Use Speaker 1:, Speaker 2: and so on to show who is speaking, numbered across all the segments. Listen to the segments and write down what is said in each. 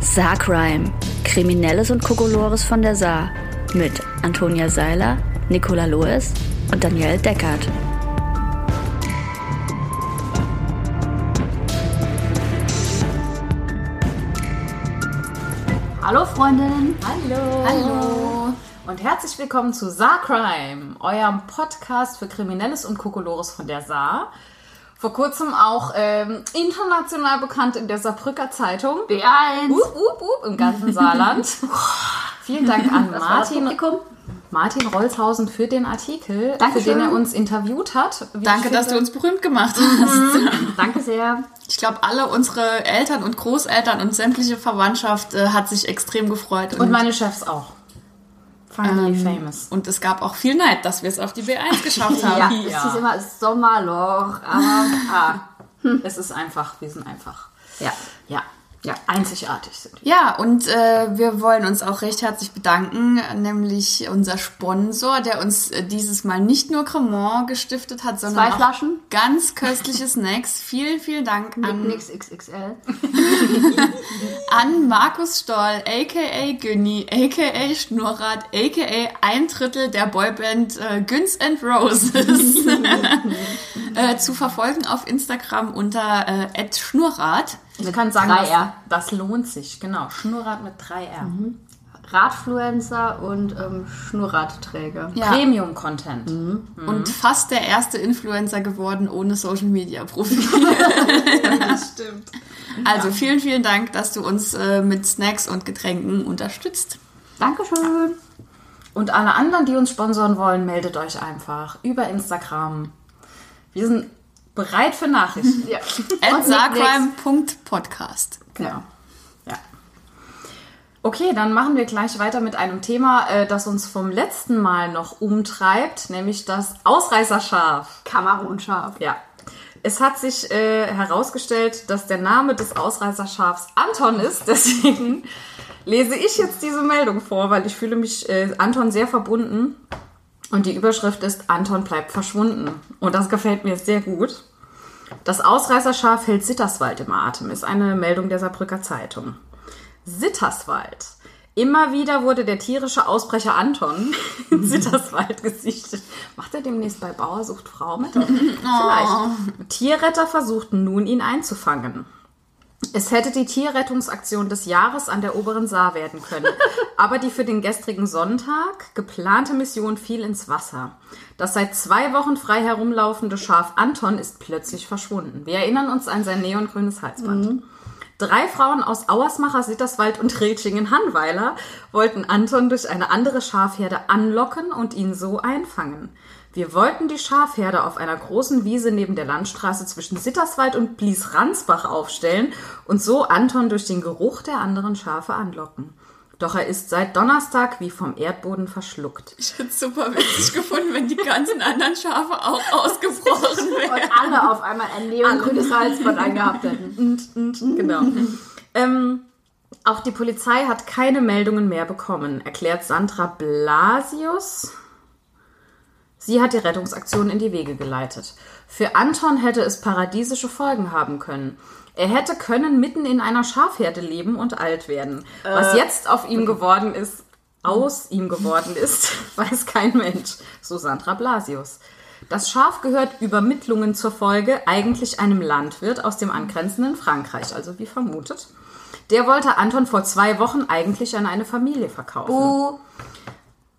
Speaker 1: Saarcrime. Kriminelles und Kokolores von der Saar. Mit Antonia Seiler, Nicola Loes und Daniel Deckert.
Speaker 2: Hallo Freundin.
Speaker 3: Hallo.
Speaker 2: Hallo. Und herzlich willkommen zu Saar Crime, eurem Podcast für Kriminelles und Kokolores von der Saar. Vor kurzem auch ähm, international bekannt in der Saarbrücker Zeitung.
Speaker 3: B1.
Speaker 2: Up, up, up, im ganzen Saarland. Vielen Dank an
Speaker 3: Das war das
Speaker 2: Martin.
Speaker 3: Publikum.
Speaker 2: Martin Rolshausen für den Artikel,
Speaker 3: Dankeschön.
Speaker 2: für den er uns interviewt hat. Wie
Speaker 4: Danke,
Speaker 2: ich
Speaker 4: dass du
Speaker 2: finde-
Speaker 4: uns berühmt gemacht hast.
Speaker 3: Danke sehr.
Speaker 4: Ich glaube, alle unsere Eltern und Großeltern und sämtliche Verwandtschaft äh, hat sich extrem gefreut.
Speaker 2: Und meine Chefs auch. Finally
Speaker 3: Ähm,
Speaker 2: famous.
Speaker 4: und es gab auch viel Neid, dass wir es auf die B1 geschafft
Speaker 2: Ja.
Speaker 4: haben.
Speaker 3: Es hieß immer, es ist Sommerloch, aber ah, hm.
Speaker 2: Es ist einfach, wir sind einfach.
Speaker 3: ja.
Speaker 2: Ja. Ja, einzigartig sind wir.
Speaker 4: Ja, und äh, wir wollen uns auch recht herzlich bedanken, nämlich unser Sponsor, der uns äh, dieses Mal nicht nur Cremant gestiftet hat, sondern
Speaker 3: Zwei Flaschen?
Speaker 4: Auch ganz köstliche Snacks. Vielen, vielen Dank an
Speaker 3: Nix XXL.
Speaker 4: an Markus Stoll, a.k.a. Günni, a.k.a. Schnurrad, a.k.a. ein Drittel der Boyband äh, Guns and Roses äh, zu verfolgen auf Instagram unter äh, @schnurrad.
Speaker 2: Wir können sagen,
Speaker 3: drei
Speaker 2: das,
Speaker 3: R. Mhm.
Speaker 2: das lohnt sich, genau. Schnurrad mit Mhm. 3R.
Speaker 3: Radfluencer und ähm, Schnurradträger.
Speaker 4: Ja.
Speaker 2: Premium-Content.
Speaker 3: Mhm.
Speaker 4: Und fast der erste Influencer geworden ohne Social Media Profil. das stimmt. Also vielen, vielen Dank, dass du uns äh, mit Snacks und Getränken unterstützt.
Speaker 3: Dankeschön.
Speaker 2: Und alle anderen, die uns sponsoren wollen, meldet euch einfach über Instagram. Wir sind bereit für Nachrichten.
Speaker 3: Ja.
Speaker 4: At
Speaker 3: Und Nix.
Speaker 4: sarcrime.podcast.
Speaker 2: Genau. Ja. Okay, dann machen wir gleich weiter mit einem Thema, äh, das uns vom letzten Mal noch umtreibt, nämlich das Ausreißerschaf.
Speaker 3: Kamerunscharf.
Speaker 2: Ja. Es hat sich äh, herausgestellt, dass der Name des Ausreißerschafs Anton ist. Deswegen lese ich jetzt diese Meldung vor, weil ich fühle mich äh, Anton sehr verbunden. Und die Überschrift ist Anton bleibt verschwunden. Und das gefällt mir sehr gut. Das Ausreißerschaf hält Sitterswald im Atem, ist eine Meldung der Saarbrücker Zeitung. Sitterswald. Immer wieder wurde der tierische Ausbrecher Anton in Sitterswald gesichtet. Macht er demnächst bei Bauer sucht Frau mit? Vielleicht. Tierretter versuchten nun, ihn einzufangen. Es hätte die Tierrettungsaktion des Jahres an der oberen Saar werden können. Aber die für den gestrigen Sonntag geplante Mission fiel ins Wasser. Das seit zwei Wochen frei herumlaufende Schaf Anton ist plötzlich verschwunden. Wir erinnern uns an sein neongrünes Halsband. Drei Frauen aus Auersmacher, Sitterswald und Rilchingen-Hannweiler wollten Anton durch eine andere Schafherde anlocken und ihn so einfangen. Wir wollten die Schafherde auf einer großen Wiese neben der Landstraße zwischen Sitterswald und Blies-Ransbach aufstellen und so Anton durch den Geruch der anderen Schafe anlocken. Doch er ist seit Donnerstag wie vom Erdboden verschluckt.
Speaker 4: Ich hätte es super witzig gefunden, wenn die ganzen anderen Schafe auch ausgebrochen wären.
Speaker 3: Und alle auf einmal ein neongrünes Halsband angehabt hätten.
Speaker 2: genau. ähm, auch die Polizei hat keine Meldungen mehr bekommen, erklärt Sandra Blasius. Sie hat die Rettungsaktion in die Wege geleitet. Für Anton hätte es paradiesische Folgen haben können. Er hätte können mitten in einer Schafherde leben und alt werden. Was jetzt auf ihm geworden ist, aus ihm geworden ist, weiß kein Mensch, so Sandra Blasius. Das Schaf gehört Übermittlungen zur Folge eigentlich einem Landwirt aus dem angrenzenden Frankreich, also wie vermutet. Der wollte Anton vor zwei Wochen eigentlich an eine Familie verkaufen.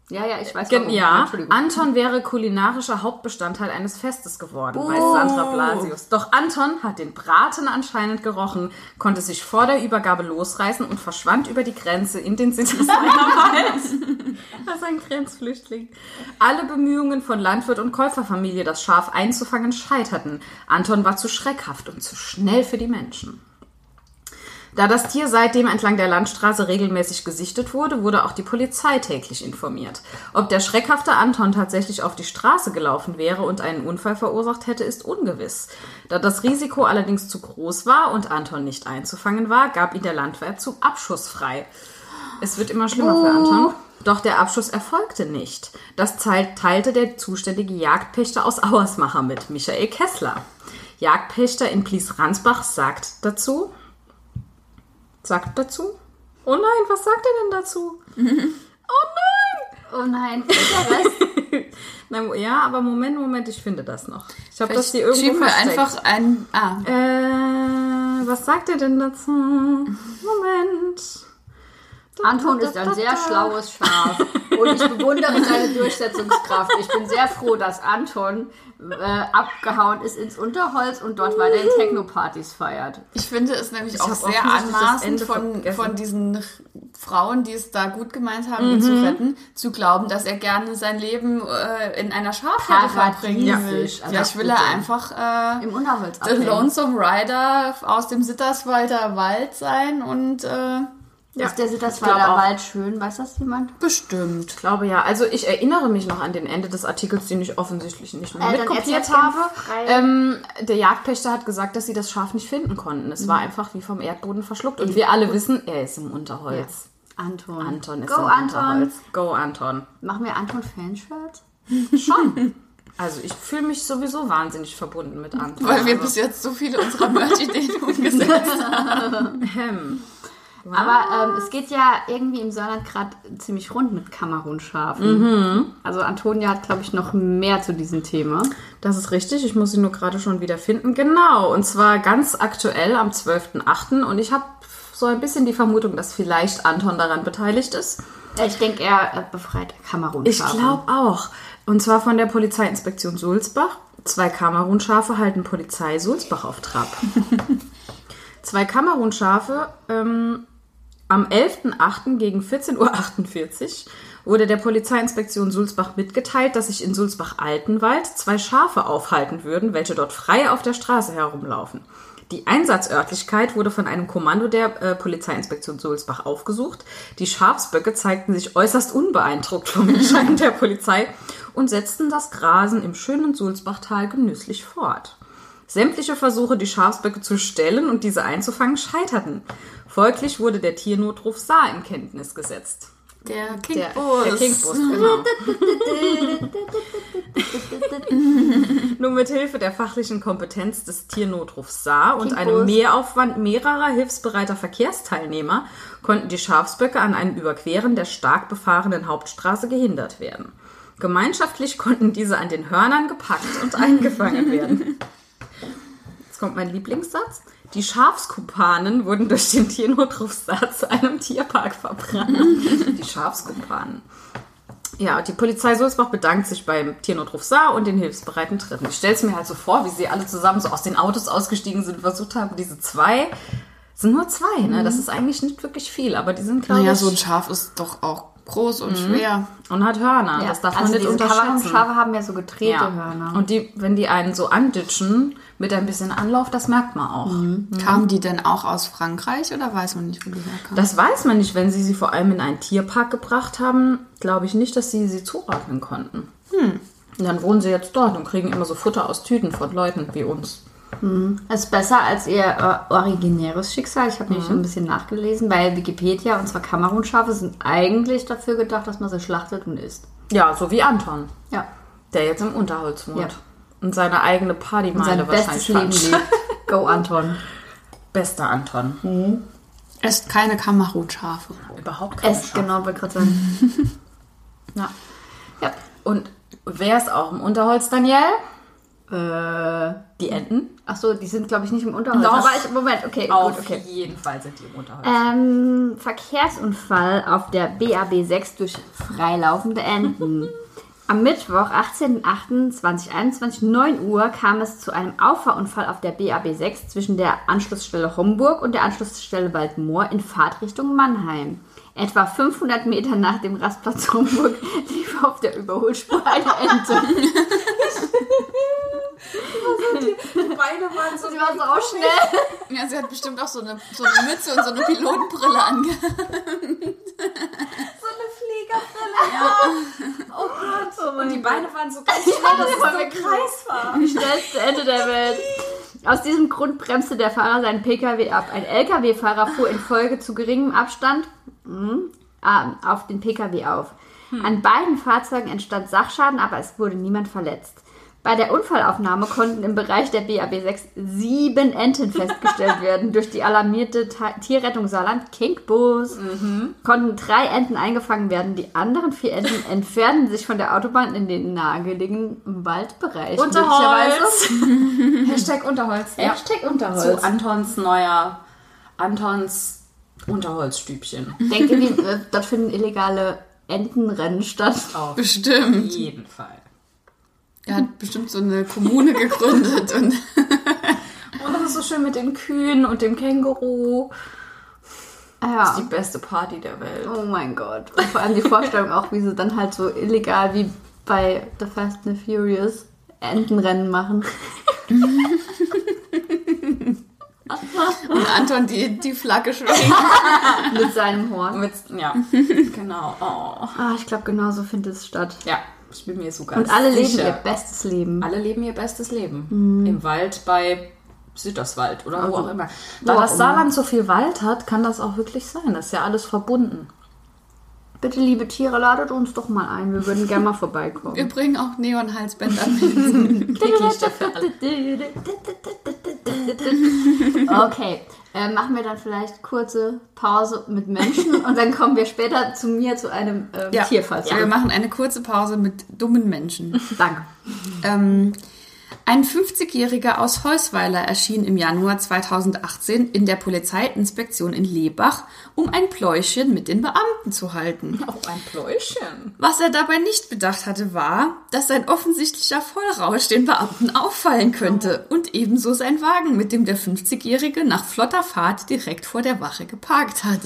Speaker 3: Ja, ja, ich weiß
Speaker 2: Gen-
Speaker 3: warum.
Speaker 2: ja,
Speaker 3: Entschuldigung.
Speaker 2: Anton wäre kulinarischer Hauptbestandteil eines Festes geworden, weiß Sandra Blasius. Doch Anton hat den Braten anscheinend gerochen, konnte sich vor der Übergabe losreißen und verschwand über die Grenze in den Sittersweiler Wald. Das ist ein Grenzflüchtling. Alle Bemühungen von Landwirt und Käuferfamilie, das Schaf einzufangen, scheiterten. Anton war zu schreckhaft und zu schnell für die Menschen. Da das Tier seitdem entlang der Landstraße regelmäßig gesichtet wurde, wurde auch die Polizei täglich informiert. Ob der schreckhafte Anton tatsächlich auf die Straße gelaufen wäre und einen Unfall verursacht hätte, ist ungewiss. Da das Risiko allerdings zu groß war und Anton nicht einzufangen war, gab ihn der Landwirt zum Abschuss frei. Es wird immer schlimmer für Anton. Doch der Abschuss erfolgte nicht. Das zei- teilte der zuständige Jagdpächter aus Auersmacher mit, Michael Kessler. Jagdpächter in Blies-Ransbach sagt dazu, sagt dazu, Oh nein, was sagt er denn dazu?
Speaker 3: Oh nein, der Rest.
Speaker 2: Na, ja, aber Moment, Moment, ich finde das noch. Ich habe das
Speaker 4: Vielleicht
Speaker 2: hier irgendwo
Speaker 4: schieben wir
Speaker 2: versteckt.
Speaker 4: einfach ein. Ah,
Speaker 2: Äh, was sagt er denn dazu? Moment.
Speaker 3: Anton ist ein sehr schlaues Schaf. Und ich bewundere seine Durchsetzungskraft. Ich bin sehr froh, dass Anton äh, abgehauen ist ins Unterholz und dort weiterhin Techno-Partys feiert.
Speaker 4: ich finde es nämlich auch
Speaker 2: hab
Speaker 4: sehr
Speaker 2: offensichtlich das
Speaker 4: anmaßend
Speaker 2: Ende
Speaker 4: von,
Speaker 2: vergessen.
Speaker 4: von diesen Frauen, die es da gut gemeint haben, ihn zu retten, zu glauben, dass er gerne sein Leben äh, in einer Schafherde verbringen will.
Speaker 3: Paradiesisch. Also
Speaker 4: Vielleicht will er einfach äh,
Speaker 3: Im Unterholz
Speaker 4: The
Speaker 3: abhängen.
Speaker 4: Lonesome Rider aus dem Sitterswalder Wald sein und äh,
Speaker 3: Ist der
Speaker 2: glaub
Speaker 3: Sitterswalder
Speaker 2: auch.
Speaker 3: Wald schön? Weiß das jemand?
Speaker 4: bestimmt.
Speaker 2: Ich glaube ja. Also ich erinnere mich noch an den Ende des Artikels, den ich offensichtlich nicht mehr
Speaker 3: Äh, dann
Speaker 2: mitkopiert
Speaker 3: erzähl's gerne
Speaker 2: habe.
Speaker 3: frei.
Speaker 2: Ähm, der Jagdpächter hat gesagt, dass sie das Schaf nicht finden konnten. Es war einfach wie vom Erdboden verschluckt. Und wir alle wissen, er ist im Unterholz.
Speaker 3: Anton.
Speaker 2: Anton ist
Speaker 3: Go,
Speaker 2: im
Speaker 3: Anton.
Speaker 2: Unterholz. Go Anton.
Speaker 3: Machen wir Anton Fanshirts?
Speaker 2: Schon. Also ich fühle mich sowieso wahnsinnig verbunden mit Anton.
Speaker 4: Weil wir
Speaker 2: Also,
Speaker 4: bis jetzt so viele unserer Merch-Ideen umgesetzt haben.
Speaker 2: hm.
Speaker 3: Aber ähm, es geht ja irgendwie im Sauerland gerade ziemlich rund mit Kamerun-Schafen. Also Antonia hat, glaube ich, noch mehr zu diesem Thema.
Speaker 2: Das ist richtig, ich muss sie nur gerade schon wieder finden. Genau, und zwar ganz aktuell am 12.8. Und ich habe so ein bisschen die Vermutung, dass vielleicht Anton daran beteiligt ist.
Speaker 3: Ja, Ich denke, er äh, befreit Kamerun.
Speaker 2: Ich glaube auch. Und zwar von der Polizeiinspektion Sulzbach. Zwei Kamerunschafe halten Polizei Sulzbach auf Trab. Zwei Kamerunschafe ähm, am 11.8. gegen 14.48 Uhr wurde der Polizeiinspektion Sulzbach mitgeteilt, dass sich in Sulzbach-Altenwald zwei Schafe aufhalten würden, welche dort frei auf der Straße herumlaufen. Die Einsatzörtlichkeit wurde von einem Kommando der äh, Polizeiinspektion Sulzbach aufgesucht. Die Schafsböcke zeigten sich äußerst unbeeindruckt vom Erscheinen der Polizei und setzten das Grasen im schönen Sulzbachtal genüsslich fort. Sämtliche Versuche, die Schafsböcke zu stellen und diese einzufangen, scheiterten. Folglich wurde der Tiernotruf Saar in Kenntnis gesetzt.
Speaker 4: Der
Speaker 2: Der,
Speaker 4: Kinkbus.
Speaker 2: der Kinkbus, genau. Nur mit Hilfe der fachlichen Kompetenz des Tiernotrufs Saar und einem Mehraufwand mehrerer hilfsbereiter Verkehrsteilnehmer konnten die Schafsböcke an einem Überqueren der stark befahrenen Hauptstraße gehindert werden. Gemeinschaftlich konnten diese an den Hörnern gepackt und eingefangen werden. Jetzt kommt mein Lieblingssatz. Die Schafskumpanen wurden durch den Tiernotruf Saar zu einem Tierpark verbrannt. Die Schafskumpanen. Ja, und die Polizei Sulzbach bedankt sich beim Tiernotruf Saar und den hilfsbereiten Dritten. Ich stelle es mir halt so vor, wie sie alle zusammen so aus den Autos ausgestiegen sind, versucht haben, diese zwei, sind nur zwei, ne?
Speaker 3: Mhm.
Speaker 2: Das ist eigentlich nicht wirklich viel, aber die sind, glaube
Speaker 4: Naja,
Speaker 2: ich,
Speaker 4: so ein Schaf ist doch auch groß und schwer.
Speaker 2: und hat Hörner.
Speaker 3: Ja,
Speaker 2: Das darf
Speaker 3: also
Speaker 2: man nicht
Speaker 3: diese
Speaker 2: unterschätzen.
Speaker 3: Kamerun-Schafe haben ja so gedrehte
Speaker 2: Ja.
Speaker 3: Hörner.
Speaker 2: Und die, wenn die einen so anditschen, mit ein bisschen Anlauf, das merkt man auch.
Speaker 3: Mhm.
Speaker 4: Kamen die denn auch aus Frankreich oder weiß man nicht, wo die herkamen?
Speaker 2: Das weiß man nicht, wenn sie sie vor allem in einen Tierpark gebracht haben, glaube ich nicht, dass sie sie zuordnen konnten.
Speaker 3: Hm.
Speaker 2: Und dann wohnen sie jetzt dort und kriegen immer so Futter aus Tüten von Leuten wie uns.
Speaker 3: Das ist besser als ihr äh, originäres Schicksal. Ich habe nämlich
Speaker 2: Mhm.
Speaker 3: ein bisschen nachgelesen, weil Wikipedia und zwar Kamerunschafe sind eigentlich dafür gedacht, dass man sie schlachtet und isst.
Speaker 2: Ja, so wie Anton,
Speaker 3: Ja.
Speaker 2: der jetzt im Unterholz wohnt.
Speaker 3: Ja.
Speaker 2: Und seine eigene Partymeile
Speaker 3: Sein
Speaker 2: wahrscheinlich
Speaker 3: bestes Leben
Speaker 2: fand.
Speaker 3: lebt. Go, Anton.
Speaker 2: Bester Anton.
Speaker 4: Esst keine Kamerun-Schafe.
Speaker 2: Überhaupt keine
Speaker 3: Esst,
Speaker 2: Scham.
Speaker 3: genau, wollte gerade sagen.
Speaker 2: Ja.
Speaker 3: Ja.
Speaker 2: Und wer ist auch im Unterholz, Daniel?
Speaker 3: Äh,
Speaker 2: Die Enten?
Speaker 3: achso, die sind, glaube ich, nicht im Unterholz.
Speaker 2: Doch.
Speaker 3: Aber ich, Moment, okay,
Speaker 2: Auf
Speaker 3: gut, okay.
Speaker 2: jeden Fall sind die im Unterholz.
Speaker 3: Ähm, Verkehrsunfall auf der BAB 6 durch freilaufende Enten. Am Mittwoch, 18.08.2021, 9 Uhr, kam es zu einem Auffahrunfall auf der BAB 6 zwischen der Anschlussstelle Homburg und der Anschlussstelle Waldmoor in Fahrtrichtung Mannheim. Etwa 500 Meter nach dem Rastplatz Homburg lief auf der Überholspur eine Ente.
Speaker 2: Beide waren so
Speaker 3: Sie war so auch schnell.
Speaker 4: Ja, sie hat bestimmt auch so eine, so eine Mütze und so eine Pilotenbrille angehabt.
Speaker 2: Und die Beine waren so ganz schnell, dass es so ein Kreis war.
Speaker 3: Die schnellste Ente der Welt. Aus diesem Grund bremste der Fahrer seinen Pkw ab. Ein Lkw-Fahrer fuhr infolge zu geringem Abstand hm, ah, auf
Speaker 2: Hm.
Speaker 3: den Pkw auf. An beiden Fahrzeugen entstand Sachschaden, aber es wurde niemand verletzt. Bei der Unfallaufnahme konnten im Bereich der BAB 6 sieben Enten festgestellt werden. Durch die alarmierte Ta- Tierrettung Saarland Kinkbus
Speaker 2: Mhm.
Speaker 3: konnten drei Enten eingefangen werden. Die anderen vier Enten entfernten sich von der Autobahn in den nahegelegenen Waldbereich. möglicherweise.
Speaker 2: Unterholz. Hashtag Unterholz. Ja.
Speaker 3: Hashtag
Speaker 2: Zu
Speaker 3: Unterholz.
Speaker 2: Antons neuer, Antons Unterholzstübchen.
Speaker 3: Denkt ihr, die, äh, dort finden illegale Entenrennen statt?
Speaker 2: Auf
Speaker 4: Bestimmt.
Speaker 2: jeden Fall.
Speaker 4: Er hat bestimmt so eine Kommune gegründet und
Speaker 2: Und Oh, das ist so schön mit den Kühen und dem Känguru. Das
Speaker 3: Ja.
Speaker 2: ist die beste Party der Welt.
Speaker 3: Oh mein Gott. Und vor allem die Vorstellung auch, wie sie dann halt so illegal wie bei The Fast and the Furious Entenrennen machen.
Speaker 4: Und Anton die, die Flagge schwenkt.
Speaker 3: Mit seinem Horn.
Speaker 2: Oh, Mit, ja, genau. Oh.
Speaker 3: Ah, ich glaube, genau so findet es statt.
Speaker 2: Ja, ich bin mir so ganz
Speaker 3: Und alle leben
Speaker 2: sicher.
Speaker 3: ihr bestes Leben.
Speaker 2: Alle leben ihr bestes Leben. Im Wald bei Südderswald oder wo auch immer. Also, Da
Speaker 3: wo auch
Speaker 2: das
Speaker 3: immer.
Speaker 2: Saarland so viel Wald hat, kann das auch wirklich sein. Das ist ja alles verbunden.
Speaker 3: Bitte, liebe Tiere, ladet uns doch mal ein. Wir würden gerne mal vorbeikommen.
Speaker 4: Wir bringen auch Neonhalsbänder mit.
Speaker 2: Knicklichter für alle.
Speaker 3: Okay, äh, machen wir dann vielleicht kurze Pause mit Menschen und dann kommen wir später zu mir zu einem ähm, Tierfall.
Speaker 4: Ja, wir
Speaker 3: zurück.
Speaker 4: machen eine kurze Pause mit dummen Menschen.
Speaker 3: Danke.
Speaker 4: Ähm, ein 50-Jähriger aus Heusweiler erschien im Januar 2018 in der Polizeiinspektion in Lebach, um ein Pläuschen mit den Beamten zu halten.
Speaker 2: Auch Oh, ein Pläuschen.
Speaker 4: Was er dabei nicht bedacht hatte, war, dass sein offensichtlicher Vollrausch den Beamten auffallen könnte
Speaker 3: Oh.
Speaker 4: und ebenso sein Wagen, mit dem der 50-Jährige nach flotter Fahrt direkt vor der Wache geparkt hat.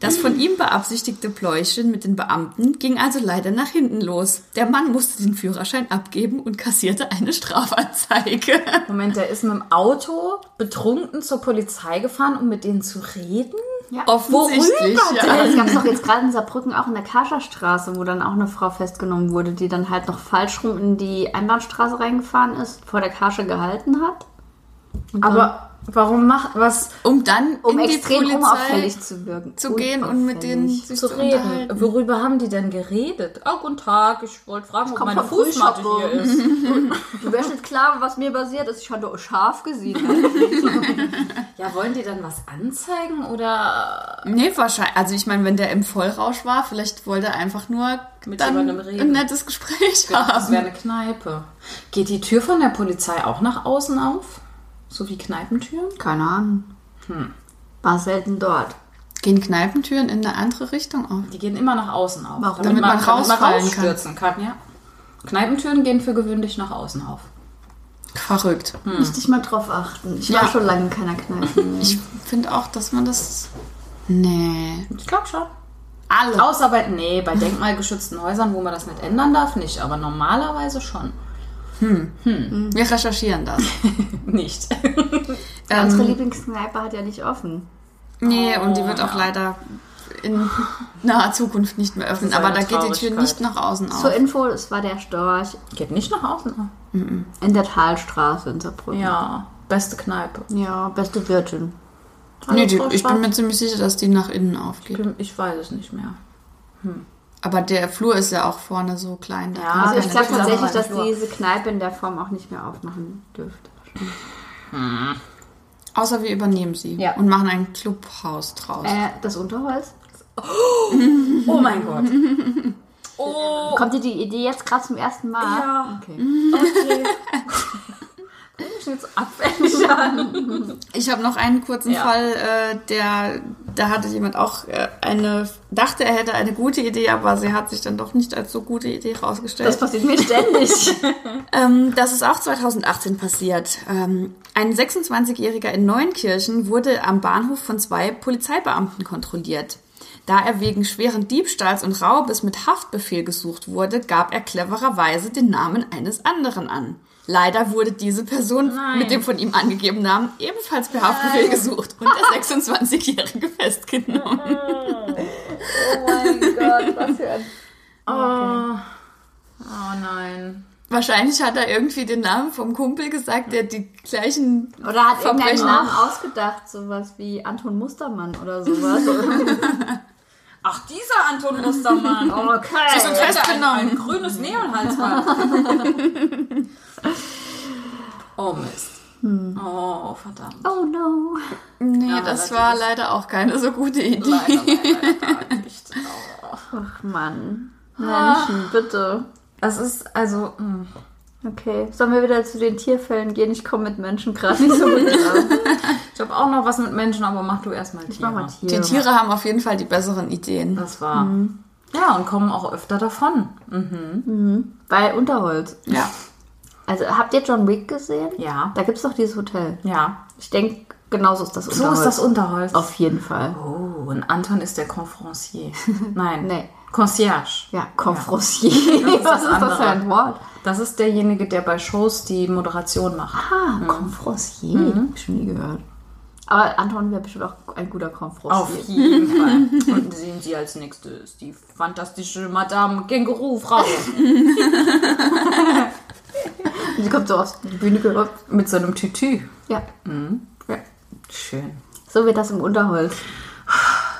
Speaker 4: Das von ihm beabsichtigte Pläuschen mit den Beamten ging also leider nach hinten los. Der Mann musste den Führerschein abgeben und kassierte eine Strafanzeige.
Speaker 2: Moment, der ist mit dem Auto betrunken zur Polizei gefahren, um mit denen zu reden?
Speaker 3: oh
Speaker 4: Offensichtlich.
Speaker 2: Worüber
Speaker 4: Ja.
Speaker 3: Es gab doch jetzt gerade in Saarbrücken auch in der Kascherstraße, wo dann auch eine Frau festgenommen wurde, die dann halt noch falsch rum in die Einbahnstraße reingefahren ist, vor der Kasche gehalten hat,
Speaker 2: Aber warum macht was
Speaker 4: Um dann
Speaker 3: um
Speaker 4: in die
Speaker 3: extrem
Speaker 4: Polizei
Speaker 3: unauffällig zu wirken.
Speaker 4: zu gehen und mit denen
Speaker 3: Unauffällig.
Speaker 4: sich
Speaker 2: zu
Speaker 4: zu unterhalten.
Speaker 2: reden? Worüber haben die denn geredet? Oh, guten Tag, ich wollte fragen, ob
Speaker 3: komm
Speaker 2: meine
Speaker 3: vom Frühshop
Speaker 2: Fußmatte hier ist.
Speaker 3: Du wärst nicht klar, was mir basiert ist. Ich hatte scharf gesehen.
Speaker 2: Ja, wollen die dann was anzeigen oder
Speaker 4: Nee, wahrscheinlich. Also ich meine, wenn der im Vollrausch war, vielleicht wollte er einfach nur
Speaker 2: Mit
Speaker 4: dann
Speaker 2: jemandem reden. Genau,
Speaker 4: ein nettes Gespräch
Speaker 2: Das
Speaker 4: haben.
Speaker 2: wäre eine Kneipe. Geht die Tür von der Polizei auch nach außen auf? So wie Kneipentüren?
Speaker 3: Keine Ahnung. War selten dort.
Speaker 4: Gehen Kneipentüren in eine andere Richtung Oh, auf?
Speaker 2: Die gehen immer nach außen auf.
Speaker 3: Warum?
Speaker 4: Damit man rausfallen
Speaker 2: rausstürzen kann. ja. Kneipentüren gehen für gewöhnlich nach außen auf.
Speaker 4: Verrückt.
Speaker 2: Hm.
Speaker 3: Müsste ich mal drauf achten. Ich
Speaker 4: Ja.
Speaker 3: war schon lange in keiner Kneipe mehr.
Speaker 4: Ich finde auch, dass man das... Nee.
Speaker 2: Ich glaube schon.
Speaker 4: Alle.
Speaker 2: Außer bei, nee, bei denkmalgeschützten Häusern, wo man das nicht ändern darf, nicht. Aber normalerweise schon. Hm.
Speaker 4: Wir recherchieren das.
Speaker 2: Nicht.
Speaker 3: Unsere
Speaker 4: ähm,
Speaker 3: Lieblingskneipe hat ja nicht offen.
Speaker 4: nee, und
Speaker 2: Oh,
Speaker 4: die wird auch leider in naher Zukunft nicht mehr öffnen.
Speaker 2: ist
Speaker 4: Aber da
Speaker 2: eine
Speaker 4: geht die Tür
Speaker 2: Traurigkeit.
Speaker 4: nicht nach außen
Speaker 3: Zur
Speaker 4: auf.
Speaker 3: Info, es war der Storch
Speaker 2: Geht nicht nach außen auf.
Speaker 3: in der Talstraße in Saarbrücken.
Speaker 2: Ja, beste Kneipe.
Speaker 3: Ja, beste Wirtin.
Speaker 4: Nee, die,
Speaker 2: Hallo, Frau
Speaker 4: ich bin
Speaker 2: Schwarz.
Speaker 4: mir ziemlich sicher, dass die nach innen aufgeht.
Speaker 2: Ich weiß es nicht mehr.
Speaker 4: Aber der Flur ist ja auch vorne so klein. da
Speaker 2: Ja,
Speaker 4: kann man
Speaker 3: Also ich
Speaker 4: nicht
Speaker 3: glaube
Speaker 2: Ah, das ist
Speaker 3: tatsächlich,
Speaker 2: aber halt
Speaker 3: dass
Speaker 2: Flur.
Speaker 3: diese Kneipe in der Form auch nicht mehr aufmachen dürfte.
Speaker 4: Außer wir übernehmen sie
Speaker 3: Ja.
Speaker 4: und machen ein Clubhaus draus.
Speaker 3: Äh, das Unterholz?
Speaker 2: Oh mein Gott. Oh,
Speaker 3: Kommt dir die Idee jetzt gerade zum ersten Mal?
Speaker 2: Ja.
Speaker 3: Okay.
Speaker 2: okay. Guck mich jetzt abfällig an.
Speaker 4: Ich habe noch einen kurzen
Speaker 2: Ja.
Speaker 4: Fall, äh, der da hatte jemand auch äh, eine dachte, er hätte eine gute Idee, aber sie hat sich dann doch nicht als so gute Idee herausgestellt.
Speaker 3: Das passiert mir ständig.
Speaker 4: Ähm, das ist auch 2018 passiert. Ähm, ein 26-Jähriger in Neunkirchen wurde am Bahnhof von zwei Polizeibeamten kontrolliert. Da er wegen schweren Diebstahls und Raubes mit Haftbefehl gesucht wurde, gab er clevererweise den Namen eines anderen an. Leider wurde diese Person mit dem von ihm angegebenen Namen ebenfalls per Haftbefehl gesucht und der 26-Jährige festgenommen.
Speaker 3: oh mein Gott, was für ein...
Speaker 2: Oh nein.
Speaker 4: Wahrscheinlich hat er irgendwie den Namen vom Kumpel gesagt, der die gleichen
Speaker 3: Oder hat irgendeinen
Speaker 4: Verbrechen
Speaker 3: Namen ausgedacht, sowas wie Anton Mustermann oder sowas.
Speaker 2: Ach, dieser Anton Oh, Mustermann.
Speaker 3: Okay.
Speaker 2: ein,
Speaker 4: sind
Speaker 2: ein
Speaker 4: festgenommen.
Speaker 2: grünes Neonhalsband. oh Mist. Oh, verdammt.
Speaker 3: Oh no.
Speaker 4: Nee,
Speaker 2: Ja,
Speaker 4: das
Speaker 2: leider
Speaker 4: war
Speaker 2: nicht.
Speaker 4: leider auch keine so gute Idee.
Speaker 2: Leider, leider, leider nicht. Oh.
Speaker 3: Ach Mann. Menschen, bitte.
Speaker 2: Es ist also. mm.
Speaker 3: Okay. Sollen wir wieder zu den Tierfällen gehen? Ich komme mit Menschen gerade nicht so gut klar.
Speaker 2: Ich habe auch noch was mit Menschen, aber mach du erstmal Tiere.
Speaker 3: Ich mach mal Tiere.
Speaker 4: Die Tiere haben auf jeden Fall die besseren Ideen.
Speaker 2: Das war.
Speaker 3: Hm.
Speaker 2: Ja, und kommen auch öfter davon. Mhm.
Speaker 3: Bei Unterholz.
Speaker 4: Ja.
Speaker 3: Also habt ihr John Wick gesehen?
Speaker 2: Ja.
Speaker 3: Da gibt's doch dieses Hotel.
Speaker 2: Ja.
Speaker 3: Ich denke, genauso ist das
Speaker 2: So
Speaker 3: Unterholz.
Speaker 2: ist das Unterholz.
Speaker 3: Auf jeden Fall.
Speaker 2: Oh, und Anton ist der Conferencier. Nein.
Speaker 3: Nee.
Speaker 2: Concierge.
Speaker 3: Ja, Confrossier.
Speaker 2: ist das
Speaker 3: Was ist das für
Speaker 2: andere.
Speaker 3: ein Wort?
Speaker 2: Das ist derjenige, der bei Shows die Moderation macht.
Speaker 3: Ah, Confrossier.
Speaker 2: Mhm.
Speaker 3: Schon nie gehört. Aber Anton wäre bestimmt auch ein guter Confrossier.
Speaker 2: Auf jeden Fall. Und sehen Sie als nächstes die fantastische Madame Känguru-Frau.
Speaker 3: Sie kommt so auf die Bühne gerückt.
Speaker 2: Mit so einem Tütü.
Speaker 3: Ja.
Speaker 2: Mhm. Ja. Schön.
Speaker 3: So wird das im Unterholz.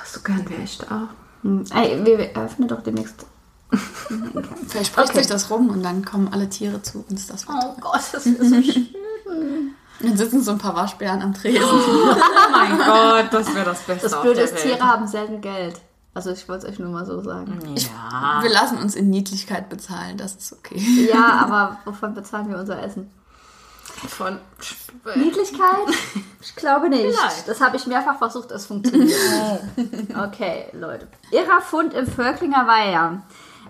Speaker 2: So gern wäre ich da.
Speaker 3: Hm. Ey, wir wir öffnen doch demnächst.
Speaker 4: Vielleicht spricht sich das rum und dann kommen alle Tiere zu uns. Das wird
Speaker 2: Oh
Speaker 4: toll.
Speaker 3: Gott, das ist so schön.
Speaker 4: Dann sitzen so ein paar Waschbären am Tresen.
Speaker 2: Oh mein Gott, das wäre das Beste
Speaker 3: Das
Speaker 2: auf
Speaker 3: Blöde
Speaker 2: der
Speaker 3: ist,
Speaker 2: Welt. Mhm.
Speaker 3: Tiere haben selten Geld. Also ich wollte es euch nur mal so sagen.
Speaker 2: Ja.
Speaker 4: Wir lassen uns in Niedlichkeit bezahlen. Das ist okay.
Speaker 3: Ja, aber wovon bezahlen wir unser Essen?
Speaker 2: Von
Speaker 3: Niedlichkeit? Ich glaube nicht.
Speaker 2: Vielleicht.
Speaker 3: Das habe ich mehrfach versucht, es funktioniert nicht. Okay, Leute. Irrer Fund im Völklinger Weiher.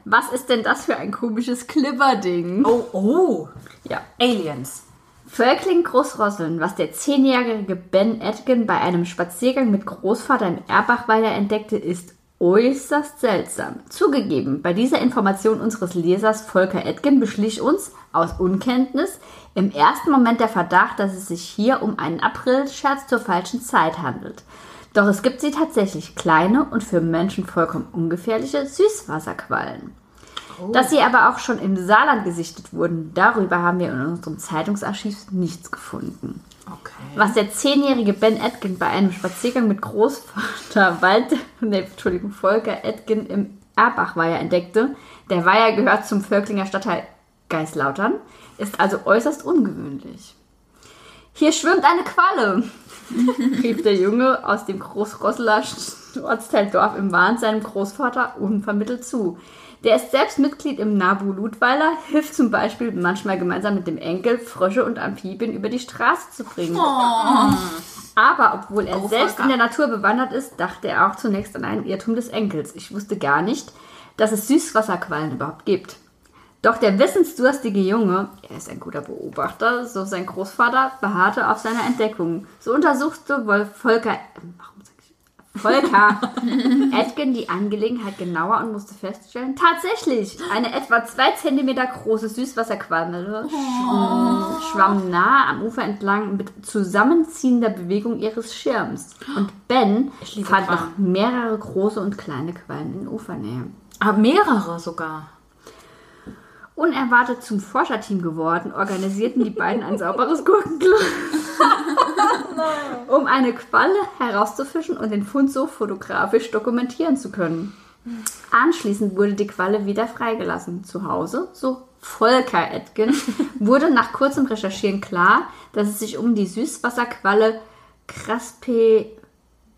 Speaker 3: Was ist denn das für ein komisches Klipperding?
Speaker 2: Oh, oh.
Speaker 3: Ja.
Speaker 2: Aliens.
Speaker 3: Völkling Großrosseln, was der zehnjährige Ben Edgen bei einem Spaziergang mit Großvater im Erbachweiler entdeckte, ist äußerst seltsam. Zugegeben, bei dieser Information unseres Lesers Volker Edgen beschlich uns, aus Unkenntnis, im ersten Moment der Verdacht, dass es sich hier um einen Aprilscherz zur falschen Zeit handelt. Doch es gibt sie tatsächlich kleine und für Menschen vollkommen ungefährliche Süßwasserquallen. Dass sie aber auch schon im Saarland gesichtet wurden, darüber haben wir in unserem Zeitungsarchiv nichts gefunden.
Speaker 2: Okay.
Speaker 3: Was der zehnjährige Ben Edgen bei einem Spaziergang mit Großvater Walter, nee, Entschuldigung, Volker Edgen im Erbachweiher entdeckte, der Weiher gehört zum Völklinger Stadtteil Geislautern, ist also äußerst ungewöhnlich. Hier schwimmt eine Qualle, rief der Junge aus dem Großrosseler Ortsteil Dorf im Wahn seinem Großvater unvermittelt zu. Der ist selbst Mitglied im Nabu Ludweiler, hilft zum Beispiel manchmal gemeinsam mit dem Enkel, Frösche und Amphibien über die Straße zu bringen. Aber obwohl er selbst in der Natur bewandert ist, dachte er auch zunächst an einen Irrtum des Enkels. Ich wusste gar nicht, dass es Süßwasserquallen überhaupt gibt. Doch der wissensdurstige Junge, er ist ein guter Beobachter, so sein Großvater, beharrte auf seiner Entdeckung. So untersuchte Wol- Volker, warum sag ich, Volker Edgen die Angelegenheit genauer und musste feststellen, tatsächlich, eine etwa zwei Zentimeter große Süßwasserqualmelle sch- schwamm nah am Ufer entlang mit zusammenziehender Bewegung ihres Schirms. Und Ben
Speaker 2: liebe
Speaker 3: fand
Speaker 2: Quallen.
Speaker 3: noch mehrere große und kleine Quallen in Ufernähe.
Speaker 2: Ah, mehrere sogar.
Speaker 3: Unerwartet zum Forscherteam geworden, organisierten die beiden ein sauberes Gurkenglas, um eine Qualle herauszufischen und den Fund so fotografisch dokumentieren zu können. Anschließend wurde die Qualle wieder freigelassen. Zu Hause, so Volker Edgen, wurde nach kurzem Recherchieren klar, dass es sich um die Süßwasserqualle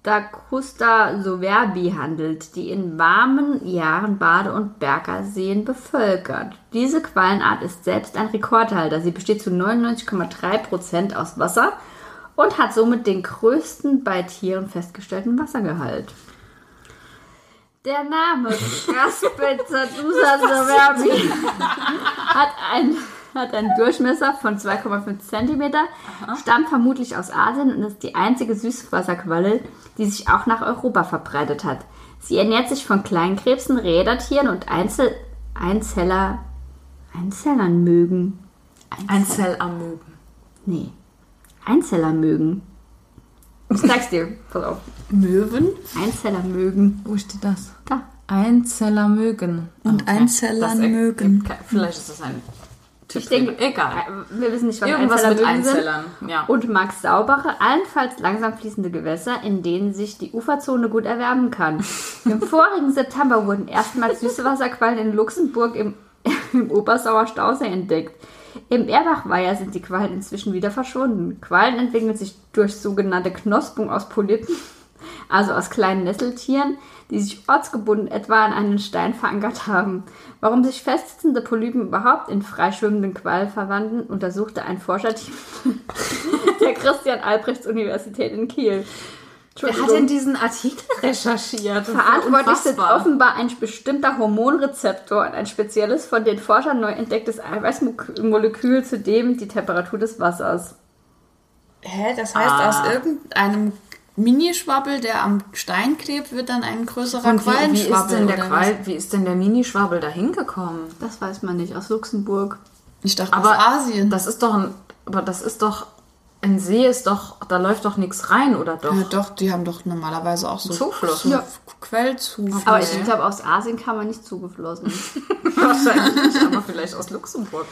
Speaker 3: Craspedacusta soverbi handelt, die in warmen Jahren Bade- und Bergerseen bevölkert. Diese Quallenart ist selbst ein Rekordhalter. Sie besteht zu 99,3% aus Wasser und hat somit den größten bei Tieren festgestellten Wassergehalt. Der Name Raspitzer Soverbi hat, ein, hat einen Durchmesser von 2,5 cm, stammt vermutlich aus Asien und ist die einzige Süßwasserqualle, die sich auch nach Europa verbreitet hat. Sie ernährt sich von Kleinkrebsen, Rädertieren und Einzel Einzeller Einzellern mögen.
Speaker 2: Ein Zellamöben.
Speaker 3: Nee. Einzeller mögen. Ich sag's dir. Pass auf.
Speaker 4: Möwen
Speaker 3: Einzeller mögen.
Speaker 2: Wo steht das?
Speaker 3: Da.
Speaker 2: Einzeller mögen.
Speaker 4: und Einzellern mögen.
Speaker 2: Vielleicht ist das ein
Speaker 3: Ich denke,
Speaker 2: Egal.
Speaker 3: wir wissen nicht, was
Speaker 2: Irgendwas
Speaker 3: Einzeller
Speaker 2: mit
Speaker 3: drin sind.
Speaker 2: Einzellern. Ja.
Speaker 3: Und Max saubere, allenfalls langsam fließende Gewässer, in denen sich die Uferzone gut erwärmen kann. Im vorigen September wurden erstmals Süßwasserquallen in Luxemburg im, im Obersauer Stausee entdeckt. Im Erbachweiher sind die Quallen inzwischen wieder verschwunden. Quallen entwickeln sich durch sogenannte Knospung aus Polypen, also aus kleinen Nesseltieren, die sich ortsgebunden etwa an einen Stein verankert haben. Warum sich festsitzende Polypen überhaupt in freischwimmenden Quallen verwandeln, untersuchte ein Forscherteam der Christian-Albrechts-Universität in Kiel.
Speaker 2: Wer hat denn diesen Artikel recherchiert? Das ist ja
Speaker 3: Verantwortlich sind
Speaker 2: unfassbar.
Speaker 3: offenbar ein bestimmter Hormonrezeptor und ein spezielles von den Forschern neu entdecktes Eiweißmolekül, zudem die Temperatur des Wassers.
Speaker 4: Hä, das heißt,
Speaker 2: Ah.
Speaker 4: aus irgendeinem Minischwabbel, der am Stein klebt, wird dann ein größerer
Speaker 2: Und wie, wie, ist
Speaker 4: Quallenschwabbel.
Speaker 2: denn der
Speaker 4: oder was?
Speaker 2: Qual, wie ist denn der Minischwabbel da hingekommen?
Speaker 3: Das weiß man nicht, aus Luxemburg.
Speaker 4: Ich dachte,
Speaker 2: Aber
Speaker 4: aus Asien.
Speaker 2: Das ist doch ein. Aber das ist doch. Ein See ist doch. Da läuft doch nichts rein, oder doch?
Speaker 4: ja, doch, die haben doch normalerweise auch so
Speaker 2: Zufluss.
Speaker 4: so
Speaker 2: Ja.
Speaker 4: Quellzufluss.
Speaker 3: Aber ich glaube, aus Asien kann man nicht zugeflossen.
Speaker 2: Wahrscheinlich nicht, aber vielleicht aus Luxemburg.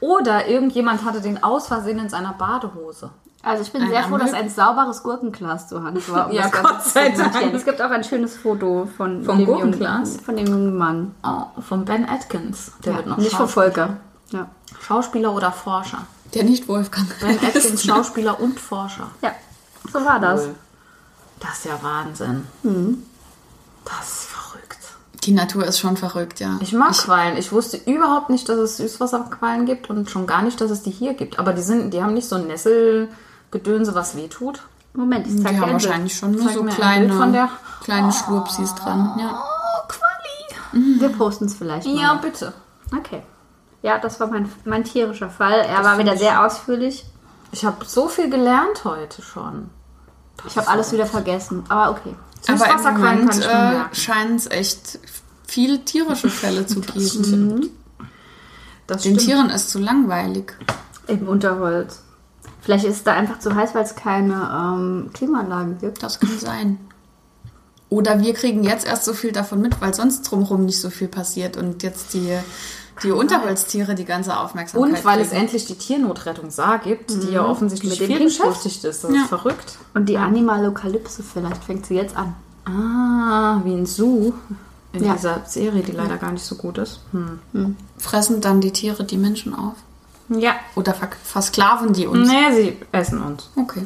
Speaker 2: Oder irgendjemand hatte den aus Versehen in seiner Badehose.
Speaker 3: Also ich bin
Speaker 4: Ein
Speaker 3: sehr froh,
Speaker 4: Anblick.
Speaker 3: dass ein sauberes Gurkenglas zur Hand war. um
Speaker 2: Ja,
Speaker 3: das Ganze
Speaker 2: Gott
Speaker 3: zu
Speaker 2: sei Dank.
Speaker 3: dokumentieren. Es gibt auch ein schönes Foto von
Speaker 2: Vom
Speaker 3: dem jungen-
Speaker 2: Gurkenglas?
Speaker 3: von dem jungen Mann.
Speaker 2: Oh, von Ben Atkins. Der wird noch
Speaker 3: nicht von
Speaker 2: Schaus-
Speaker 3: Volker. Ja.
Speaker 2: Schauspieler oder Forscher.
Speaker 4: Der nicht Wolfgang.
Speaker 2: Ben Atkins, Schauspieler und Forscher.
Speaker 3: ja, so war das.
Speaker 2: Cool. Das ist ja Wahnsinn.
Speaker 4: Mhm.
Speaker 2: Das ist verrückt.
Speaker 4: Die Natur ist schon verrückt, ja.
Speaker 2: Ich mag Quallen. Ich wusste überhaupt nicht, dass es Süßwasserquallen gibt und schon gar nicht, dass es die hier gibt. Aber die sind, die haben nicht so ein Nesselgedönse, was weh tut.
Speaker 3: Moment, ich zeig
Speaker 4: Die
Speaker 3: dir
Speaker 4: haben
Speaker 3: ein Bild.
Speaker 4: wahrscheinlich schon nur
Speaker 2: Zeig
Speaker 4: so
Speaker 2: mir ein
Speaker 4: kleine,
Speaker 2: Bild von der-
Speaker 4: kleine Schlurpsis dran. Ja.
Speaker 2: Oh, Qualli.
Speaker 3: Wir posten es vielleicht mal.
Speaker 2: Ja, bitte.
Speaker 3: Okay. Ja, das war mein, mein tierischer Fall. Er war wieder sehr ausführlich.
Speaker 2: Ich habe so viel gelernt heute schon.
Speaker 3: Ich habe alles wieder vergessen. Aber okay.
Speaker 4: Aber im
Speaker 2: Süßwasserquallen
Speaker 4: Moment
Speaker 2: kann ich mir
Speaker 4: äh,
Speaker 2: merken.
Speaker 4: scheinen es echt viel tierische Fälle zu geben.
Speaker 2: Das
Speaker 4: Den
Speaker 2: stimmt.
Speaker 4: Tieren ist zu langweilig.
Speaker 3: Im Unterholz. Vielleicht ist es da einfach zu heiß, weil es keine ähm, Klimaanlagen gibt.
Speaker 4: Das kann sein. Oder wir kriegen jetzt erst so viel davon mit, weil sonst drumherum nicht so viel passiert und jetzt die, die Unterholztiere die ganze Aufmerksamkeit
Speaker 2: Und weil es
Speaker 4: kriegen. Mhm.
Speaker 2: endlich die Tiernotrettung Saar gibt, die ja offensichtlich
Speaker 3: Mit dem
Speaker 2: viel
Speaker 3: Pinkfuß.
Speaker 2: beschäftigt ist. Das
Speaker 4: Ja.
Speaker 2: ist verrückt.
Speaker 3: Und die Animalokalypse, vielleicht fängt sie jetzt an.
Speaker 2: Ah, wie ein Zoo in
Speaker 3: Ja.
Speaker 2: dieser Serie, die leider gar nicht so gut ist. Hm.
Speaker 4: fressen dann die Tiere die Menschen auf.
Speaker 2: Ja.
Speaker 4: Oder ver versklaven die uns.
Speaker 2: Nee, sie essen uns.
Speaker 4: Okay.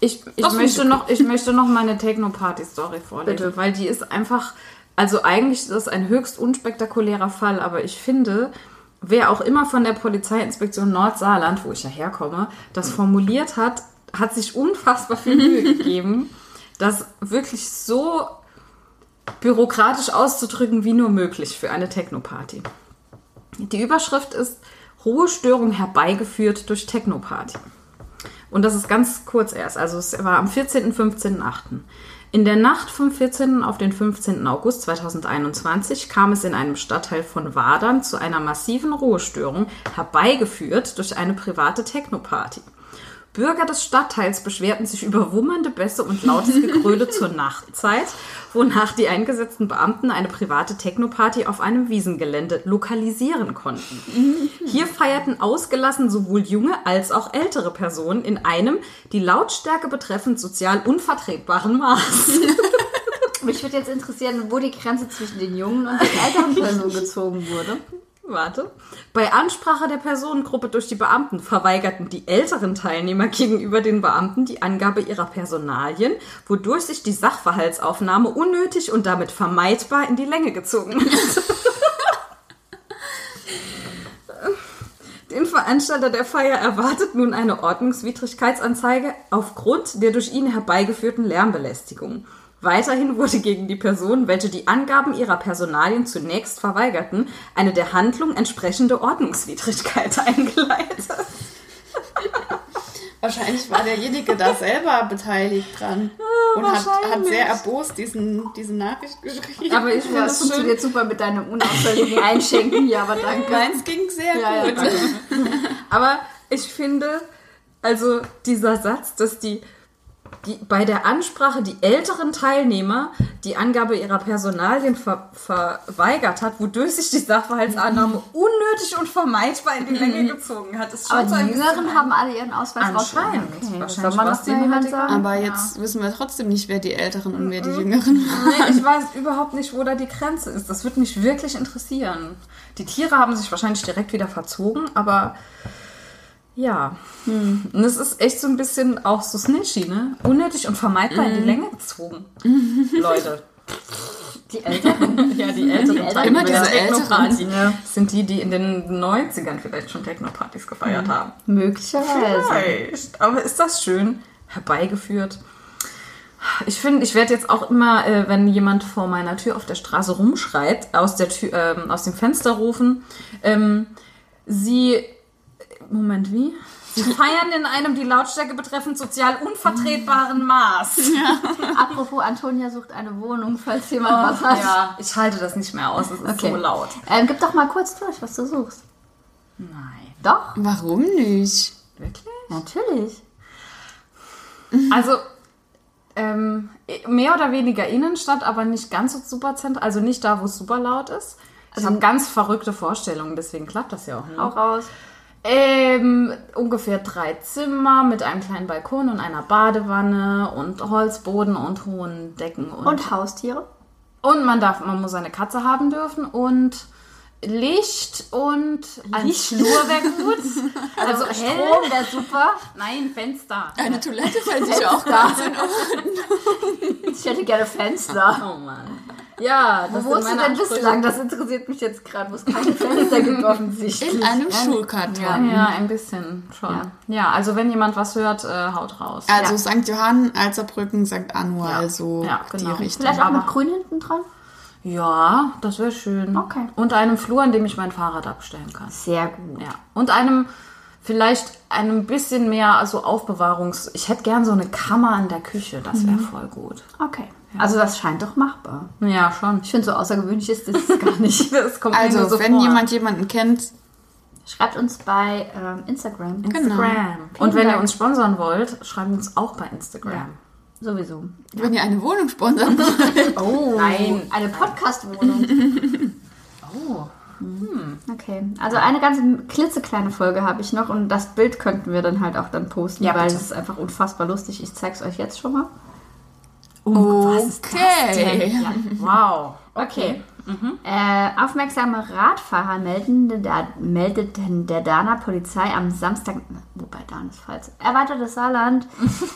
Speaker 2: Ich, ich,
Speaker 4: Das
Speaker 2: möchte,
Speaker 4: finde ich
Speaker 2: noch, ich möchte noch meine Techno-Party-Story vorlesen,
Speaker 3: Bitte.
Speaker 2: weil die ist einfach, also eigentlich ist das ein höchst unspektakulärer Fall, aber ich finde, wer auch immer von der Polizeiinspektion Nordsaarland, wo ich ja herkomme, das formuliert hat, hat sich unfassbar viel Mühe gegeben, das wirklich so bürokratisch auszudrücken, wie nur möglich für eine Techno-Party. Die Überschrift ist Ruhestörung herbeigeführt durch Techno-Party. Und das ist ganz kurz erst. Also es war am 14., 15., 8. In der Nacht vom 14. auf den 15. August 2021 kam es in einem Stadtteil von Wadern zu einer massiven Ruhestörung, herbeigeführt durch eine private Technoparty. Bürger des Stadtteils beschwerten sich über wummernde Bässe und lautes Gegröle zur Nachtzeit, wonach die eingesetzten Beamten eine private Technoparty auf einem Wiesengelände lokalisieren konnten. Hier feierten ausgelassen sowohl junge als auch ältere Personen in einem, die Lautstärke betreffend sozial unvertretbaren Maß.
Speaker 3: Mich würde jetzt interessieren, wo die Grenze zwischen den jungen und den älteren Personen gezogen wurde.
Speaker 2: Warte. Bei Ansprache der Personengruppe durch die Beamten verweigerten die älteren Teilnehmer gegenüber den Beamten die Angabe ihrer Personalien, wodurch sich die Sachverhaltsaufnahme unnötig und damit vermeidbar in die Länge gezogen Den Veranstalter der Feier erwartet nun eine Ordnungswidrigkeitsanzeige aufgrund der durch ihn herbeigeführten Lärmbelästigung. Weiterhin wurde gegen die Personen, welche die Angaben ihrer Personalien zunächst verweigerten, eine der Handlung entsprechende Ordnungswidrigkeit eingeleitet.
Speaker 4: Wahrscheinlich war derjenige da selber beteiligt dran
Speaker 2: Ah,
Speaker 4: und hat, hat sehr erbost diesen, diese Nachricht geschrieben.
Speaker 2: Aber ich finde das schön.
Speaker 3: super mit deinem unauffälligen Einschenken. Ja, aber danke.
Speaker 4: Meins ging sehr
Speaker 3: Ja, ja,
Speaker 4: gut.
Speaker 2: Aber ich finde, also dieser Satz, dass die die, bei der Ansprache die älteren Teilnehmer die Angabe ihrer Personalien ver, verweigert hat, wodurch sich die Sachverhaltsannahme unnötig und vermeidbar in die Länge gezogen hat. Ist schon
Speaker 3: Aber
Speaker 2: so ein
Speaker 3: die Jüngeren haben alle ihren Ausweis rausgenommen.
Speaker 2: Anscheinend.
Speaker 3: Okay.
Speaker 2: Wahrscheinlich
Speaker 3: Soll man
Speaker 2: war's
Speaker 3: noch mal
Speaker 2: denen
Speaker 3: jemand
Speaker 2: halt egal.
Speaker 3: sagen?
Speaker 4: Aber jetzt wissen wir trotzdem nicht, wer die Älteren und wer die
Speaker 2: Mhm.
Speaker 4: Jüngeren waren.
Speaker 2: Nee, ich weiß überhaupt nicht, wo da die Grenze ist. Das würde mich wirklich interessieren. Die Tiere haben sich wahrscheinlich direkt wieder verzogen, aber ja. Und es ist echt so ein bisschen auch so snitchy, ne? Unnötig und vermeidbar in die Länge gezogen. Leute.
Speaker 3: Die Älteren.
Speaker 2: Ja, die älteren
Speaker 3: Älteren.
Speaker 2: Teilnehmer
Speaker 4: Immer diese
Speaker 2: der Technoparty
Speaker 4: Älteren.
Speaker 2: sind die, die in den 90ern vielleicht schon Technopartys gefeiert haben.
Speaker 3: Möglicherweise.
Speaker 2: Vielleicht. Aber ist das schön herbeigeführt? Ich finde, ich werde jetzt auch immer, äh, wenn jemand vor meiner Tür auf der Straße rumschreit, aus, der Tür, ähm, aus dem Fenster rufen, ähm, sie. Moment, wie? Sie feiern in einem die Lautstärke betreffend sozial unvertretbaren Maß.
Speaker 3: Apropos, Antonia sucht eine Wohnung, falls jemand was hat.
Speaker 2: Oh, Ja, ich halte das nicht mehr aus, es ist
Speaker 3: Okay.
Speaker 2: so laut.
Speaker 3: Ähm, gib doch mal kurz durch, was du suchst.
Speaker 2: Nein.
Speaker 3: Doch,
Speaker 4: Warum nicht?
Speaker 2: Wirklich?
Speaker 3: natürlich.
Speaker 2: Also ähm, mehr oder weniger Innenstadt, aber nicht ganz so super zentral, also nicht da, wo es super laut ist. Ich
Speaker 3: Also
Speaker 2: habe ganz verrückte Vorstellungen, deswegen klappt das ja auch nicht.
Speaker 3: Auch raus.
Speaker 2: Ähm, ungefähr drei Zimmer mit einem kleinen Balkon und einer Badewanne und Holzboden und hohen Decken und
Speaker 3: Und Haustiere?
Speaker 2: und man darf, man muss eine Katze haben dürfen und Licht und ein
Speaker 3: Licht?
Speaker 2: Flur wäre gut. Also hell.
Speaker 3: Strom wäre super.
Speaker 2: Nein, Fenster.
Speaker 4: Eine Toilette fände ich auch da.
Speaker 3: Ich hätte gerne Fenster.
Speaker 2: Oh Mann. Ja, das
Speaker 3: Wo
Speaker 2: sind
Speaker 3: wohnst du
Speaker 2: meine
Speaker 3: denn
Speaker 2: Ansprüche.
Speaker 3: bislang? Das interessiert mich jetzt gerade, wo es keine Fenster gibt offensichtlich.
Speaker 4: In einem
Speaker 3: Ja.
Speaker 4: Schulkarton.
Speaker 2: Ja, ein bisschen schon. Ja,
Speaker 3: Ja.
Speaker 2: also wenn jemand was hört, äh, haut raus.
Speaker 4: Also St. Johann, Alzerbrücken, St. Anua,
Speaker 2: Ja.
Speaker 4: also
Speaker 2: Ja, genau.
Speaker 4: die Richtung.
Speaker 3: Vielleicht auch
Speaker 2: Aber-
Speaker 3: noch grün hinten dran?
Speaker 2: Ja, das wäre schön.
Speaker 3: Okay.
Speaker 2: Und einem Flur, in dem ich mein Fahrrad abstellen kann.
Speaker 3: Sehr gut.
Speaker 2: Ja. Und einem vielleicht einem bisschen mehr also Aufbewahrungs. Ich hätte gern so eine Kammer in der Küche, das
Speaker 4: Mhm.
Speaker 2: wäre voll gut.
Speaker 3: Okay. Also das scheint doch machbar.
Speaker 2: Ja, schon.
Speaker 3: Ich finde, so außergewöhnlich ist das gar nicht.
Speaker 2: Das kommt mir nur
Speaker 4: Also,
Speaker 2: so
Speaker 4: wenn
Speaker 2: vor.
Speaker 4: jemand jemanden kennt,
Speaker 3: Schreibt uns bei ähm, Instagram.
Speaker 4: genau.
Speaker 2: Instagram. Und wenn ihr
Speaker 3: Dank.
Speaker 2: uns sponsern wollt, schreibt uns auch bei Instagram.
Speaker 3: Sowieso.
Speaker 4: Wenn ihr eine Wohnung sponsern wollt.
Speaker 3: Oh.
Speaker 2: Nein.
Speaker 3: Eine Podcast-Wohnung.
Speaker 2: Oh.
Speaker 3: Okay. Also eine ganze klitzekleine Folge habe ich noch und das Bild könnten wir dann halt auch dann posten,
Speaker 2: Ja,
Speaker 3: weil
Speaker 2: bitte.
Speaker 3: es ist einfach unfassbar lustig. Ich zeig's euch jetzt schon mal.
Speaker 2: Oh,
Speaker 4: Okay.
Speaker 2: Wow.
Speaker 3: Okay. Äh, aufmerksame Radfahrer melden da, meldeten der Dahner Polizei am Samstag, wobei Dahn ist falsch, erweitertes Saarland,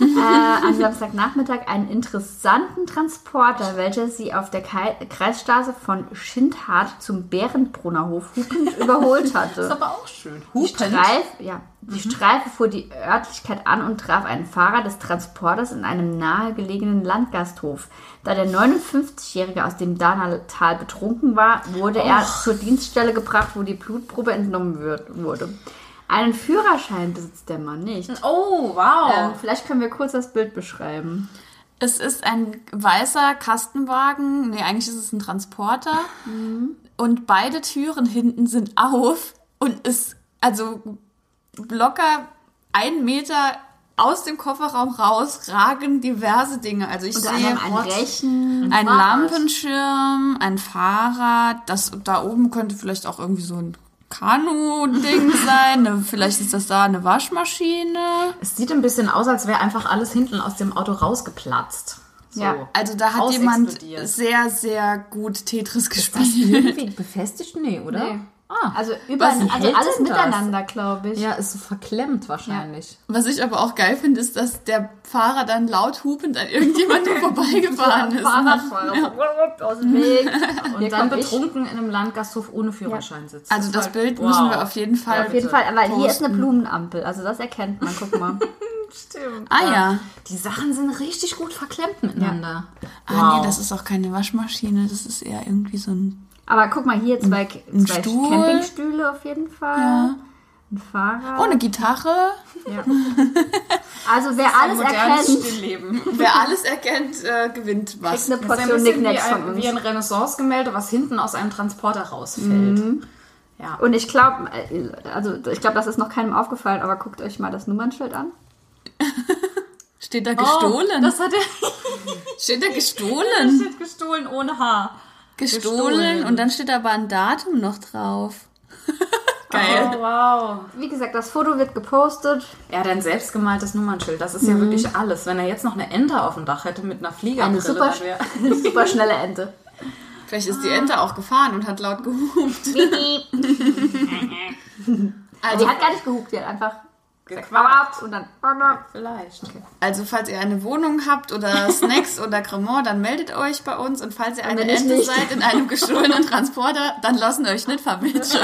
Speaker 3: äh, am Samstagnachmittag einen interessanten Transporter, welcher sie auf der Kei- Kreisstraße von Schindhardt zum Bärenbrunner Hof hupend überholt hatte.
Speaker 2: Ist aber auch schön.
Speaker 3: Die Streife, ja, die Streife fuhr die Örtlichkeit an und traf einen Fahrer des Transporters in einem nahegelegenen Landgasthof. Da der 59-Jährige aus dem Danatal betrunken war, wurde er zur Dienststelle gebracht, wo die Blutprobe entnommen wird, wurde. Einen Führerschein besitzt der Mann nicht.
Speaker 2: Oh, wow.
Speaker 3: Ähm, vielleicht können wir kurz das Bild beschreiben.
Speaker 4: Es ist ein weißer Kastenwagen. Nee, eigentlich ist es ein Transporter.
Speaker 3: Mhm.
Speaker 4: Und beide Türen hinten sind auf und ist also locker einen Meter aus dem Kofferraum raus ragen diverse Dinge. Also ich
Speaker 3: Unter
Speaker 4: sehe
Speaker 3: anderem ein Rechen.
Speaker 4: ein
Speaker 2: Fahrrad.
Speaker 4: Lampenschirm, ein Fahrrad. Das da oben könnte vielleicht auch irgendwie so ein Kanu-Ding sein. Ne, Vielleicht ist das da eine Waschmaschine.
Speaker 2: Es sieht ein bisschen aus, als wäre einfach alles hinten aus dem Auto rausgeplatzt. So.
Speaker 3: Ja.
Speaker 4: Also da hat jemand
Speaker 2: Ausexplodiert.
Speaker 4: sehr, sehr gut Tetris gespielt.
Speaker 2: Irgendwie befestigt? Nee, oder?
Speaker 3: Nee.
Speaker 2: Ah.
Speaker 3: Also, über,
Speaker 2: wie
Speaker 3: also
Speaker 2: hält
Speaker 3: alles
Speaker 2: denn das?
Speaker 3: miteinander, glaube ich.
Speaker 2: Ja, ist so verklemmt wahrscheinlich.
Speaker 4: Was ich aber auch geil finde, ist, dass der Fahrer dann laut hupend an irgendjemandem vorbeigefahren ist.
Speaker 3: Fahrradfahrer. Aus dem Weg.
Speaker 2: Und dann betrunken in einem Landgasthof ohne Führerschein sitzt.
Speaker 4: Also das Bild müssen wir auf jeden Fall.
Speaker 3: Auf jeden Fall, aber hier ist eine
Speaker 4: Posten.
Speaker 3: Blumenampel, also das erkennt man, guck mal.
Speaker 2: Stimmt.
Speaker 4: Ah ja.
Speaker 2: Die Sachen sind richtig gut verklemmt miteinander.
Speaker 4: Ah nee, das ist auch keine Waschmaschine, das ist eher irgendwie so ein.
Speaker 3: Aber guck mal, hier zwei,
Speaker 4: ein
Speaker 3: zwei
Speaker 4: Stuhl.
Speaker 3: Campingstühle auf jeden Fall.
Speaker 4: Ja.
Speaker 3: Ein Fahrrad.
Speaker 4: Oh, eine Gitarre.
Speaker 3: ja. Also wer alles erkennt,
Speaker 2: Stillleben.
Speaker 4: Wer alles erkennt, äh, gewinnt was.
Speaker 3: kriegt eine
Speaker 2: Das ist ein
Speaker 3: Portion
Speaker 2: bisschen wie
Speaker 3: Nicknacks von
Speaker 2: ein,
Speaker 3: uns.
Speaker 2: wie ein Renaissance-Gemälde, was hinten aus einem Transporter rausfällt. Ja.
Speaker 3: Und ich äh, glaube, also ich glaube, das ist noch keinem aufgefallen, aber guckt euch mal das Nummernschild an.
Speaker 4: Steht da gestohlen?
Speaker 2: Oh, Das hat er
Speaker 4: steht da gestohlen?
Speaker 2: steht gestohlen ohne Haar.
Speaker 4: gestohlen? Und dann steht aber ein Datum noch drauf. Geil.
Speaker 2: Oh, wow.
Speaker 3: Wie gesagt, das Foto wird gepostet.
Speaker 2: Ja, dein selbstgemaltes Nummernschild, das ist ja wirklich alles. Wenn er jetzt noch eine Ente auf dem Dach hätte mit einer Fliegerbrille,
Speaker 3: Mhm. Eine super,
Speaker 2: dann wär-
Speaker 3: super schnelle Ente.
Speaker 4: Vielleicht ist die Ente auch gefahren und hat laut gehupt.
Speaker 3: die
Speaker 4: Also,
Speaker 3: hat gar nicht gehupt, die hat einfach
Speaker 2: Gequarrt.
Speaker 3: und dann.
Speaker 2: Vielleicht. Okay.
Speaker 4: also falls ihr eine Wohnung habt oder Snacks oder Cremant, dann meldet euch bei uns. Und falls ihr eine
Speaker 3: wenn nicht,
Speaker 4: Ente
Speaker 3: nicht.
Speaker 4: seid in einem gestohlenen Transporter, dann lassen euch nicht verwitschen.